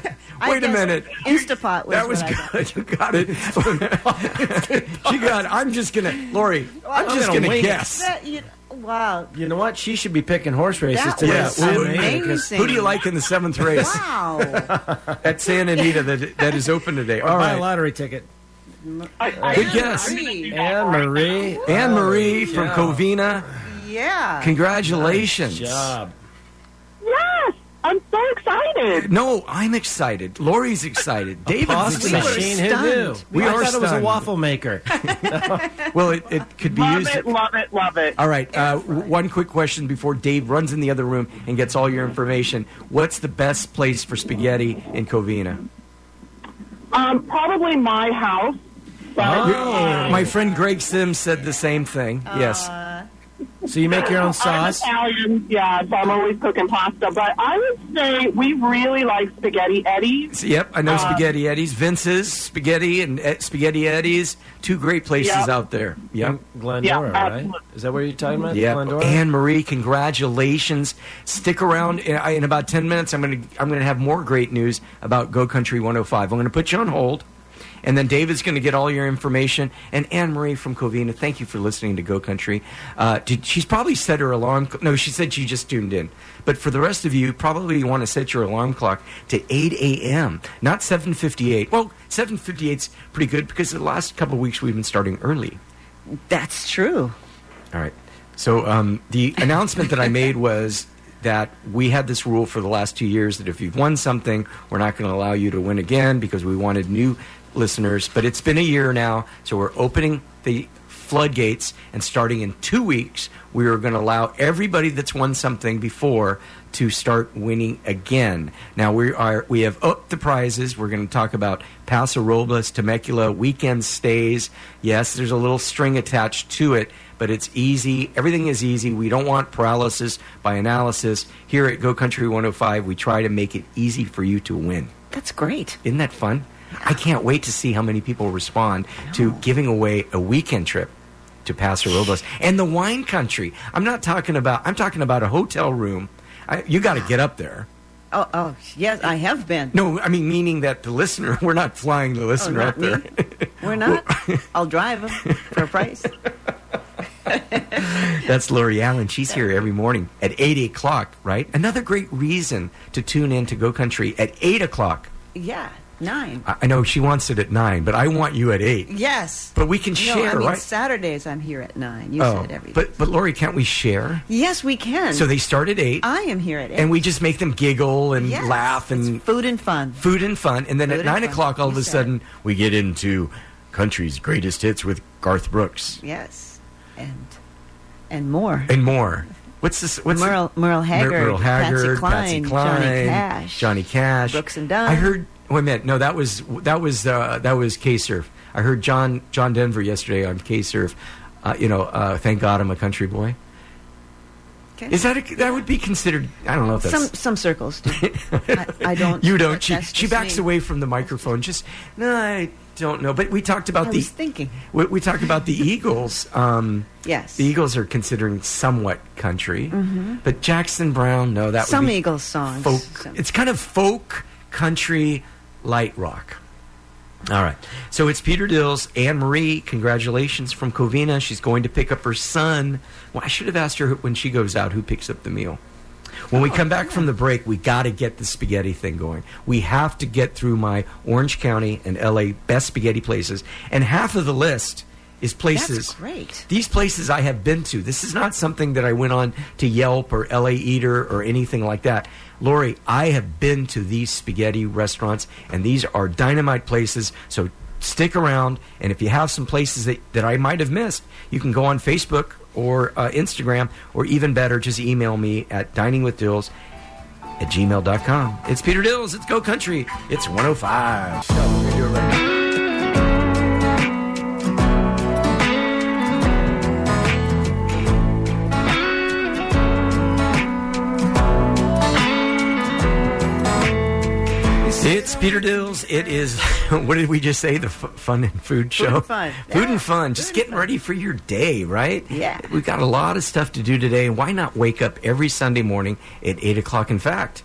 Wait a
guessed
minute.
Instapot was
That was
what I got.
good. You got it. she got. I'm just gonna, Lori. I'm, just
gonna
gonna,
wing it.
guess.
That- you- wow.
you know what? She should be picking horse races
That
today.
was
at San
amazing.
Diego, 'cause-
Who do you like in the seventh race
Wow.
at Santa Anita that that is open today? All
Buy a
right,
lottery ticket.
I, I,
Good guess.
Three.
Anne Marie.
Anne Marie from
Yeah.
Covina.
Yeah.
Congratulations.
Job.
yes, I'm so excited.
No, I'm excited. Lori's excited. David's
Pasta
excited.
machine. Who
stunned.
knew?
We
I
are
thought it was a
stunned.
waffle maker.
Well, it, it could be
Love
used.
it, love it, love it.
All right. Uh, w- one quick question before Dave runs in the other room and gets all your information. What's the best place for spaghetti in Covina?
Um, probably my house. But,
Oh.
Oh.
uh,
My friend Greg Sims said the same thing. yes.
So you make your own sauce.
I'm Italian, yeah, so I'm always cooking pasta. But I would say we really like spaghetti Eddie's.
Yep. I know
uh,
Spaghetti Eddie's, Vince's Spaghetti and uh, Spaghetti Eddie's. Two great places
Yep.
out there. Yep.
Um, Glendora,
Yeah,
right?
absolutely.
Is that where you're talking about?
Yeah,
Glendora?
Anne Marie, congratulations! Stick around in, I- in about ten minutes. I'm gonna I'm gonna have more great news about Go Country 105. I'm gonna put you on hold, and then David's gonna get all your information. And Anne Marie from Covina, thank you for listening to Go Country. Uh, did, she's probably set her alarm. cl- No, she said she just tuned in. But for the rest of you, probably you want to set your alarm clock to 8 a.m., not 7:58. Well, 7:58's pretty good because the last couple of weeks we've been starting early.
That's true.
All right. So um, the announcement that I made was that we had this rule for the last two years that if you've won something, we're not going to allow you to win again because we wanted new listeners. But it's been a year now, so we're opening the floodgates and starting in two weeks, we are going to allow everybody that's won something before to start winning again. Now we are we have upped the prizes. We're going to talk about Paso Robles, Temecula, weekend stays. Yes, there's a little string attached to it, but it's easy. Everything is easy. We don't want paralysis by analysis. Here at Go Country 105, we try to make it easy for you to win.
That's great.
Isn't that fun? I can't wait to see how many people respond to giving away a weekend trip to Paso Robles and the wine country. I'm not talking about. I'm talking about a hotel room. I, you got to get up there.
Oh, oh, yes, I have been.
No, I mean meaning that the listener. We're not flying the
Oh,
listener
not
up
me.
there.
We're not. I'll drive them for a price.
That's Lori Allen. She's here every morning at eight o'clock. Right. Another great reason to tune in to Go Country at eight o'clock.
Yeah, nine.
I, I know she wants it at nine, but I want you at eight.
Yes.
But we can
no,
share,
I mean,
right?
Saturdays I'm here at nine. You
Oh,
said every. Mm-hmm.
but but Lori, can't we share?
yes, we can.
So they start at eight.
I am here at eight.
and we just make them giggle and
Yes,
laugh and
it's food and fun.
food and fun. And then
Food
at
and
nine
fun,
o'clock, all of
you
a
said.
sudden, we get into country's greatest hits with Garth Brooks
Yes, and and more.
and more. What's this? What's the-
Merle, Merle Haggard,
Mer- Merle Haggard,
Patsy Cline, Johnny Cash,
Johnny Cash,
Brooks and Dunn.
I heard. Wait a minute. No, that was that was uh, that was K Surf. I heard John John Denver yesterday on K Surf. Uh, you know, uh, thank God I'm a country boy.
Okay.
Is that a, that would be considered? I don't know if that's
some some circles. Do. I, I don't.
You
but
don't. She,
that's
she
just
backs
me.
away from the microphone. Just no, I don't know. But we talked about
I
the
was thinking.
We, we talked about the Eagles. Um,
Yes.
the Eagles are considering somewhat country, but Jackson Brown. No, that
Mm-hmm. Some
would be
Eagles songs.
folk.
Some-
It's kind of folk country, light rock. All right. So it's Peter Dills, Anne Marie. Congratulations from Covina. She's going to pick up her son. Well, I should have asked her who- when she goes out who picks up the meal. When we come back from the break, we got to get the spaghetti thing going. We have to get through my Orange County and LA best spaghetti places. And half of the list is places.
That's great.
These places I have been to. This is not something that I went on to Yelp or LA Eater or anything like that. Lori, I have been to these spaghetti restaurants, and these are dynamite places. So stick around, and if you have some places that, that I might have missed, you can go on Facebook or uh, Instagram, or even better, just email me at diningwithdills at gmail.com. It's Peter Dills. It's Go Country. It's 105. So, we're gonna do it right now. It's Peter Dills. It is, what did we just say? The f- fun and food show?
and fun.
Food and fun. Just getting ready for your day, right?
Yeah.
We've got a lot of stuff to do today. Why not wake up every Sunday morning at 8 o'clock? In fact,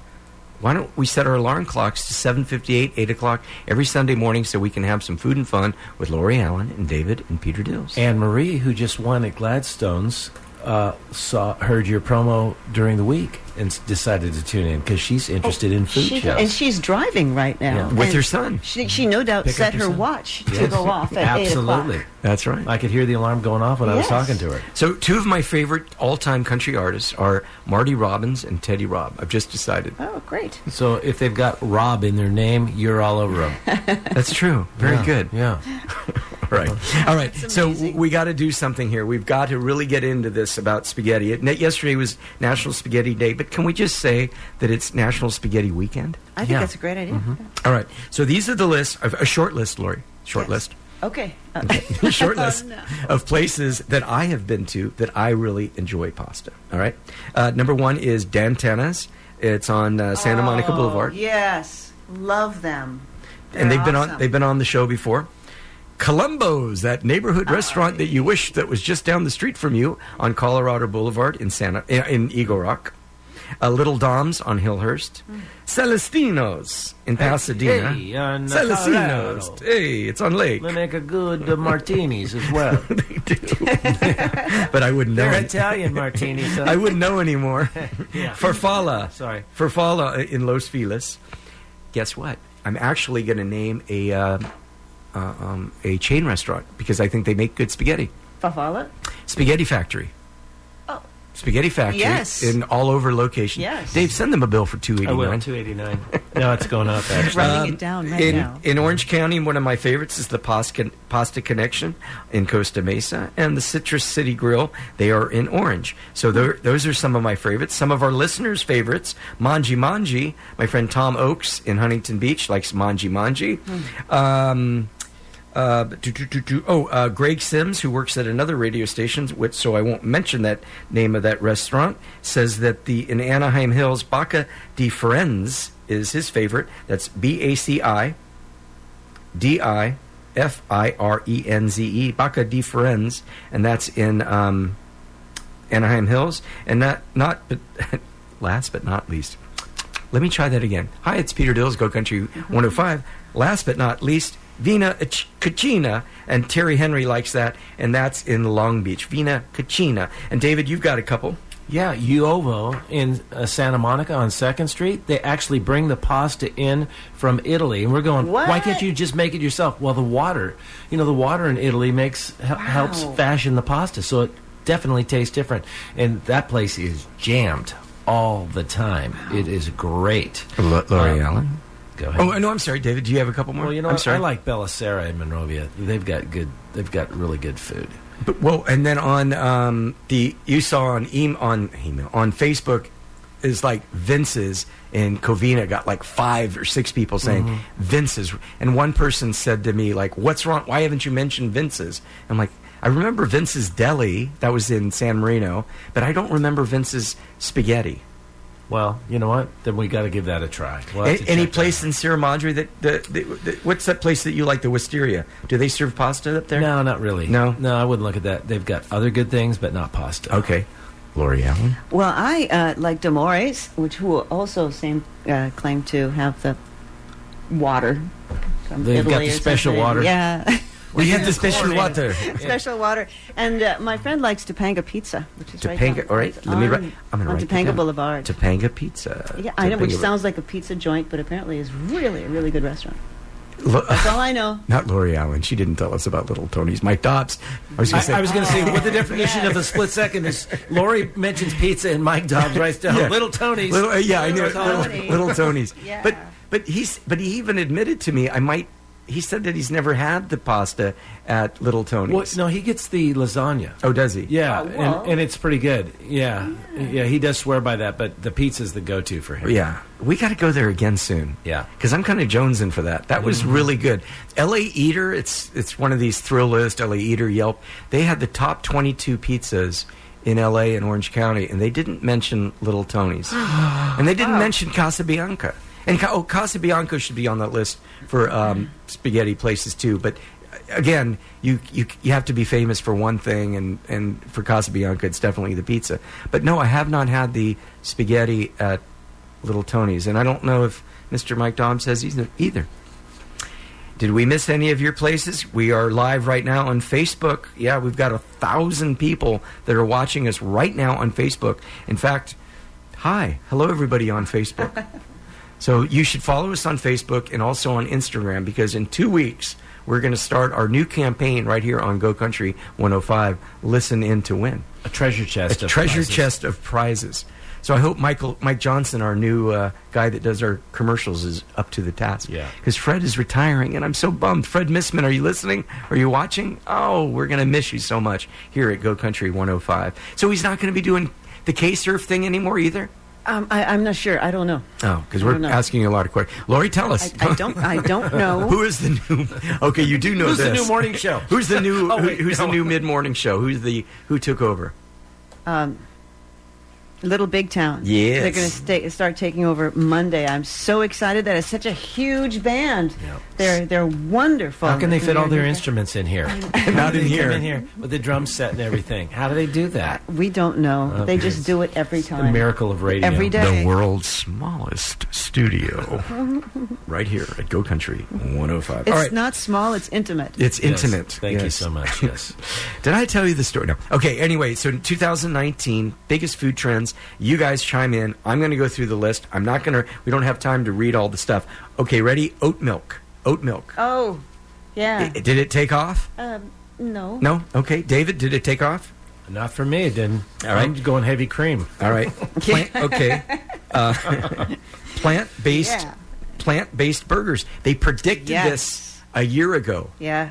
why don't we set our alarm clocks to 7.58, 8 o'clock every Sunday morning so we can have some food and fun with Lori Allen and David and Peter Dills.
Anne Marie, who just won at Gladstone's, uh, saw heard your promo during the week and s- decided to tune in because she's interested in food
She-
shows.
and she's driving right now.
Yeah. With
And
her son.
She, she no doubt
Pick up
set
your
her
son.
watch to
Yes.
go off at 8
Absolutely.
o'clock.
That's right.
I could hear the alarm going off when I was
Yes.
talking to her.
So, two of my favorite all time country artists are Marty Robbins and Teddy Robb. I've just decided.
Oh, great.
So if they've got Rob in their name, you're all over them.
That's true. Very
Yeah,
good.
Yeah.
All right. All right. So we got to do something here. We've got to really get into this about spaghetti. It, yesterday was National Spaghetti Day, but can we just say that it's National Spaghetti Weekend?
I think
Yeah.
that's a great idea.
All right. So these are the list, a short list, Lori. Short
Yes.
list.
Okay. Uh,
short
Oh,
list
no.
of places that I have been to that I really enjoy pasta. All right. Uh, number one is Dantana's. It's on uh, Santa
Oh,
Monica Boulevard.
Yes. Love them.
and they've been on
awesome.
they've been on the show before. Columbo's, that neighborhood restaurant that you wish that was just down the street from you on Colorado Boulevard in Santa in, in Eagle Rock. Uh, Little Dom's on Hillhurst. Celestino's in Pasadena.
hey, on, uh,
Celestino's.
Colorado.
Hey, it's on Lake.
They make a good uh, martinis as well.
They do. but I wouldn't know.
They're
any-
Italian martinis. so-
I wouldn't know anymore.
Yeah.
Farfalla.
Sorry.
Farfalla uh, in Los Feliz. Guess what? I'm actually going to name a uh, uh, um, a chain restaurant because I think they make good spaghetti.
Fafala?
Spaghetti Factory.
Oh.
Spaghetti Factory.
Yes.
In all over locations.
Yes.
Dave, send them a bill for two eighty
I will.
nine.
Two eighty nine. No, it's going up actually.
Writing it down right
Um, in,
now.
in Orange County, one of my favorites is the Pasta, Pasta Connection in Costa Mesa and the Citrus City Grill. They are in Orange.
Hmm.
So tho- those are some of my favorites. Some of our listeners' favorites Manji Manji. My friend Tom Oakes in Huntington Beach likes Manji Manji.
Hmm.
Um, uh, do, do, do, do- oh, uh, Greg Sims, who works at another radio station, which so I won't mention that name of that restaurant, says that the in Anaheim Hills Baca di Friends is his favorite. That's B A C I D I F I R E N Z E Baca di Friends, and that's in um, Anaheim Hills. And not not but last but not least, let me try that again. Hi, it's Peter Dills, Go Country 105. Last but not least, Vina Ach- Kachina, and Terry Henry likes that, and that's in Long Beach. Vina Kachina. And David, you've got a couple.
Yeah, Uovo in uh, Santa Monica on Second Street. They actually bring the pasta in from Italy, and we're going.
What?
Why can't you just make it yourself? Well, the water, you know, the water in Italy makes he- helps
Wow.
fashion the pasta, so it definitely tastes different. And that place is jammed all the time. It is great. Um, Go ahead.
Oh, no, I'm sorry, David. Do you have a couple more?
well, you know,
I'm
what?
sorry.
I like Bellicera in Monrovia. They've got good. They've got really good food.
But, well, and then on um, the you saw on em- on email on Facebook is like Vince's in Covina got like five or six people saying
Mm-hmm.
Vince's, and one person said to me like, "What's wrong? Why haven't you mentioned Vince's?" I'm like. I remember Vince's Deli, that was in San Marino, but I don't remember Vince's Spaghetti.
Well, you know what? Then we got to give that a try. We'll have
A-
to
any
check that out.
place in Sierra Madre that, that, that, that- what's that place that you like, the Wisteria? Do they serve pasta up there?
No, not really.
No?
no, I wouldn't look at that. They've got other good things, but not pasta.
Okay. Lori Allen?
Well, I uh, like Demores, which who also same uh, claim to have the water. From
They've got
Italy
the
or
special
something.
water.
Yeah,
We have the special water.
special water. And uh, my friend likes Topanga Pizza, which is right
Topanga.
down-
all right,
it's
let me.
on-
Write, I'm gonna
on
write that
Topanga
down.
Boulevard.
Topanga Pizza.
yeah, I know, which
Topanga-
sounds like a pizza joint, but apparently is really a really good restaurant.
Lo-
That's all I know.
not Lori Allen. She didn't tell us about Little Tony's. Mike Dobbs. I was going to say.
I, I was going to say what the definition of a split second is. Lori mentions pizza, and Mike Dobbs writes down
Yeah.
Little Tony's.
Little, uh, yeah, I knew it.
Little
Little,
Tony.
Little Tony's.
Yeah.
But but he's but he even admitted to me I might. He said that he's never had the pasta at Little Tony's.
Well, no, he gets the lasagna.
Oh, does he?
Yeah,
Oh, well.
and, and it's pretty good. Yeah. yeah, he does swear by that, but the pizza's the go-to for him.
Yeah, we got to go there again soon.
Yeah.
because I'm kind of jonesing for that. That was really good. L.A. Eater, it's it's one of these thrill list. L.A. Eater, Yelp. They had the top 22 pizzas in L.A. and Orange County, and they didn't mention Little Tony's, and they didn't mention Casabianca. And Ca- oh, Casabianco should be on that list for um, spaghetti places too. But uh, again, you, you you have to be famous for one thing, and and for Casabianca, it's definitely the pizza. But no, I have not had the spaghetti at Little Tony's, and I don't know if Mr. Mike Dom says either. either. Did we miss any of your places? We are live right now on Facebook. Yeah, we've got a thousand people that are watching us right now on Facebook. In fact, hi, hello everybody on Facebook. so you should follow us on Facebook and also on Instagram because in two weeks we're going to start our new campaign right here on Go Country 105. Listen in to win
A treasure chest.
a
of
treasure
prizes.
chest of prizes. So I hope Michael Mike Johnson, our new uh, guy that does our commercials, is up to the task.
Yeah.
Because Fred is retiring, and I'm so bummed. Fred Missman, are you listening? Are you watching? Oh, we're gonna miss you so much here at Go Country 105. So he's not gonna be doing the K surf thing anymore either.
Um, I, I'm not sure. I don't know.
Oh, because
I
we're
don't know.
asking you a lot of questions. Lori, tell
I,
us.
I don't. I don't
Who
know.
is the new? Okay, you do know
Who's the
this.
new morning show?
Who's the new?
Oh, wait,
who- who's
no.
the new mid morning show? Who's the who took over?
Little Big Town.
Yes.
They're going to stay, start taking over Monday. I'm so excited. That is such a huge band. They're they're wonderful.
How can they fit all their
instruments?
instruments in here?
Not
They
in
come
here.
in here with the drum set and everything. How do they do that?
We don't know.
Oh,
they
Okay.
just do it every
The
time.
miracle of radio.
Every day.
The world's smallest studio. right here at Go Country 105.
It's
All right.
not small. It's intimate.
it's
Yes.
intimate.
Thank you
Yes.
so much. Yes.
Did I tell you the story? No. Okay, anyway, so in 2019, biggest food trends. You guys chime in. I'm going to go through the list. I'm not going to, we don't have time to read all the stuff. Okay, ready? Oat milk. Oat milk.
oh, yeah.
I- did it take off?
um, no.
No? Okay. David, did it take off?
Not for me, it didn't.
All right.
I'm going heavy cream.
All right. Plant, okay. Uh, plant-based,
Yeah.
plant-based burgers. They predicted
Yes.
this a year ago.
Yeah.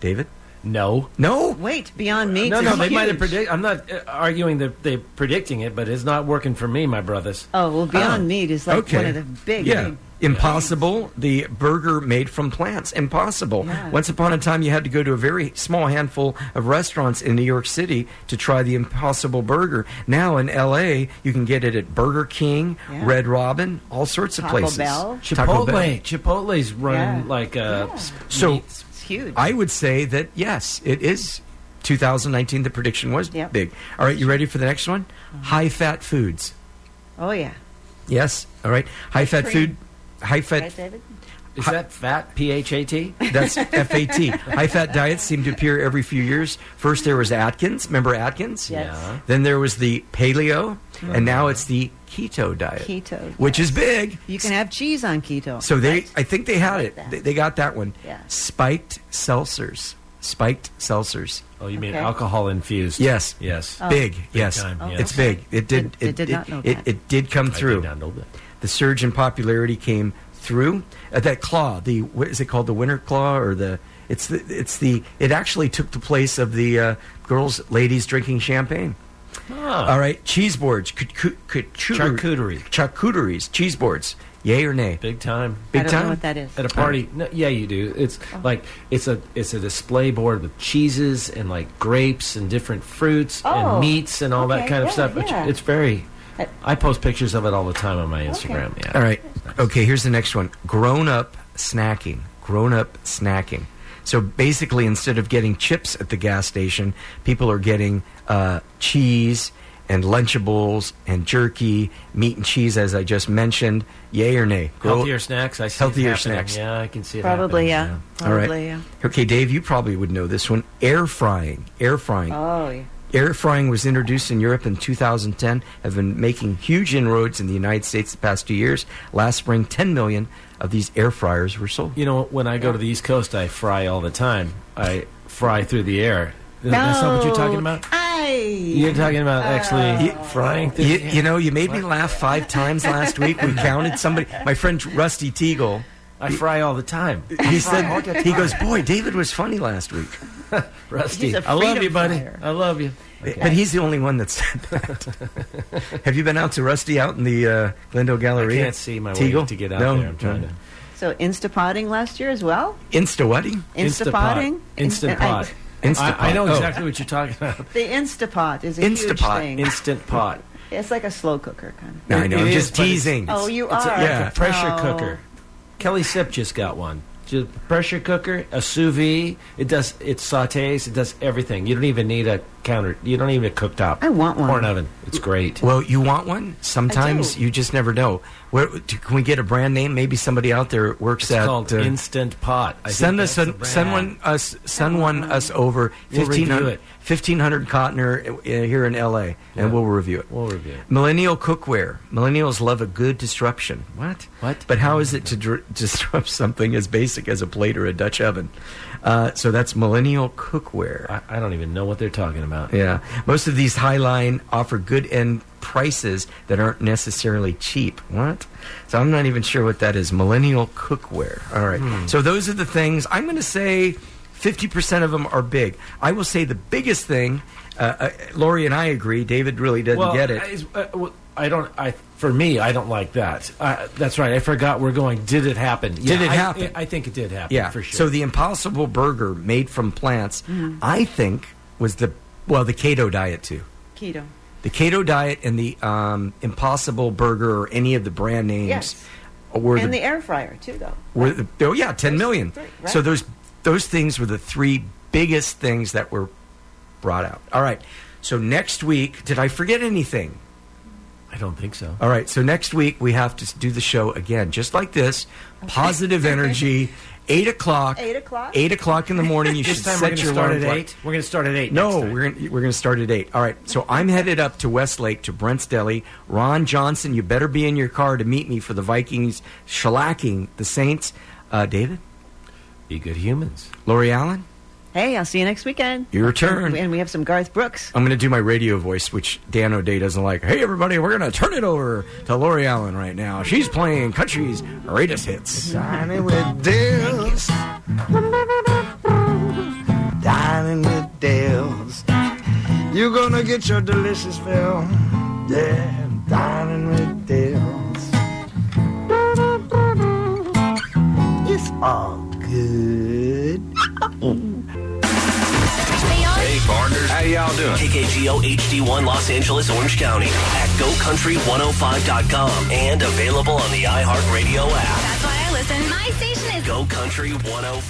David,
No.
no.
Wait. Beyond meat.
No,
is
no, they might have
huge.
predicted. I'm not uh, arguing that they're predicting it, but it's not working for me, my brothers.
Oh well, Beyond
Oh,
Meat is like
okay.
one of the big.
yeah.
big-
Impossible, the burger made from plants. Impossible.
Yeah.
Once upon a time, you had to go to a very small handful of restaurants in New York City to try the impossible burger. Now in LA, you can get it at Burger King,
Yeah.
Red Robin, all sorts of
Taco
places.
Bell.
Taco
Chipotle.
Bell.
Chipotle's running
Yeah.
like uh, a.
So-
It's huge.
I would say that yes, it is 2019. The prediction was
Yep. Mm-hmm.
big. All right, you ready for the next one? High fat foods.
oh yeah.
Yes. All right. High fat food.
cream.
High
Right,
fat.
David.
Is that fat? P H A T?
That's F A T. High fat diets seem to appear every few years. First, there was Atkins. Remember Atkins?
Yes. Mm-hmm.
Yeah.
Then there was the paleo, and now it's the keto diet,
Keto,
which is big.
You can have cheese on keto.
So they,
right?
I think they had
like
it.
that.
They, they got that one.
Yeah.
Spiked seltzers. Spiked seltzers.
Oh, you mean
Okay. Oh.
alcohol infused?
Yes.
Yes.
big, yes.
time, Oh, yes.
It's big. It did.
Did-
it,
did not know
it,
that.
It, did come
I
through.
did not know that.
The surge in popularity came through. Uh, that claw, the what is it called? The winter claw or the? It's the. It's the. It actually took the place of the uh, girls, ladies drinking champagne. All right, cheese boards, cacu- cachu-
Charcuterie.
charcuteries, cheese boards. Yay or nay?
Big time.
I
Big
don't
time.
know what that is. Oh.
At a party, no, yeah, you do. It's like it's a it's a display board with cheeses and like grapes and different fruits
Oh,
and meats and all that
okay,
kind of
yeah,
stuff. It's-
yeah.
It's very. I post pictures of it all the time on my Instagram. Yeah.
All right. Okay, here's the next one. Grown up snacking. Grown up snacking. So basically, instead of getting chips at the gas station, people are getting uh, cheese and Lunchables and jerky, meat and cheese, as I just mentioned. Yay or nay? Grow-
Healthier snacks. I see. it
Healthier
happening.
snacks.
Yeah, I can see it.
Probably yeah.
happening,
Probably
All right.
yeah.
Okay, Dave, you probably would know this one. Air frying. Air frying.
Oh yeah.
Air frying was introduced in Europe in 2010, have been making huge inroads in the United States the past two years. Last spring, 10 million of these air fryers were sold.
You know, when I go to the East Coast, I fry all the time. I fry through the air. That's not what you're talking about.
I.
You're talking about
Oh.
actually frying through.
You,
the air.
you know, you made me laugh five times last week. We counted somebody. My friend Rusty Teagle.
I fry all the time.
He said he goes, boy, David was funny last week,
Rusty,
He's a
I love
freedom
you, buddy.
flyer.
I love you.
but he's the only one that said that. Have you been out to Rusty out in the uh, Glendale Gallery?
I can't see my way
Teagle?
to get out
No,
there. I'm trying
no.
to.
So Instapotting last year as well.
Insta wedding.
Instapotting.
Instant pot.
Instant
I, I know
pot. Oh.
exactly what you're talking about.
The Instapot is a
Instapot.
huge thing.
Instant pot.
It's like a slow cooker kind
No, I
It-
know.
it
I'm
is,
just
but it's-
teasing.
Oh, you
it's a-
are.
like
Yeah.
a pressure
Oh.
cooker. Kelly Sip just got one. Just pressure cooker, a sous vide. It does. It sautés. It does everything. You don't even need a counter. You don't even need a cooktop.
I want one.
Or an oven. It's great.
Well, you want one? Sometimes
do.
you just never know. Where do, can we get a brand name? Maybe somebody out there works
It's
at.
called
uh,
instant pot. I think
send us
that's the
a,
brand.
send one us send one us over
We'll review
1500,
it.
1500 Cotner uh, here in LA,
Yeah.
and we'll review it.
We'll review it.
Millennial cookware. Millennials love a good disruption. What?
What?
But how is it to dr- disrupt something as basic as a plate or a Dutch oven? Uh, so that's millennial cookware.
I, I don't even know what they're talking about.
Yeah. Most of these Highline offer good end prices that aren't necessarily cheap. What? So I'm not even sure what that is. Millennial cookware. All right.
Hmm.
So those are the things. I'm going to say 50% of them are big. I will say the biggest thing, uh, uh, Lori and I agree, David really doesn't
well,
get it.
I, is- uh, well, I don't. I for me, I don't like that. Uh, that's right. I forgot we're going. Did it happen?
Did it
I-
happen?
I, think it did happen.
yeah.
for sure. Hmm.
So the Impossible Burger made from plants, I think, was the, well, the keto diet too.
of keto.
the keto diet and the um, impossible burger or any of the brand names
Yes.
were
And
the,
the air fryer too, though.
were the oh yeah 10 million
three, right.
so those those things were the three biggest things that were brought out all right so next week did i forget anything
I don't think so.
all right so next week we have to do the show again just like this positive energy 8 o'clock
Eight o'clock?
8 o'clock in the morning you
This
should
time
set
we're going to
your
start
alarm
at
clock.
eight. We're going to start at eight.
No,
next time.
we're gonna, we're going to start at eight. All right. So I'm headed up to Westlake to Brent's Deli. Ron Johnson, you better be in your car to meet me for the Vikings shellacking the Saints. Uh, David,
be good humans.
Lori Allen,
Hey, I'll see you next weekend.
your
And,
turn.
and we have some Garth Brooks.
I'm going to do my radio voice, which Dan O'Day doesn't like. Hey, everybody, we're going to turn it over to Lori Allen right now. She's playing country's greatest hits.
Dining with Dills. Dining with Dills. You're gonna get your delicious fill. Yeah, dining with Dills. It's all good.
Hey, partners. How y'all doing?
KKGO HD1 Los Angeles, Orange County at GoCountry105.com and available on the iHeartRadio app.
That's why I listen. My station is
Go Country 105.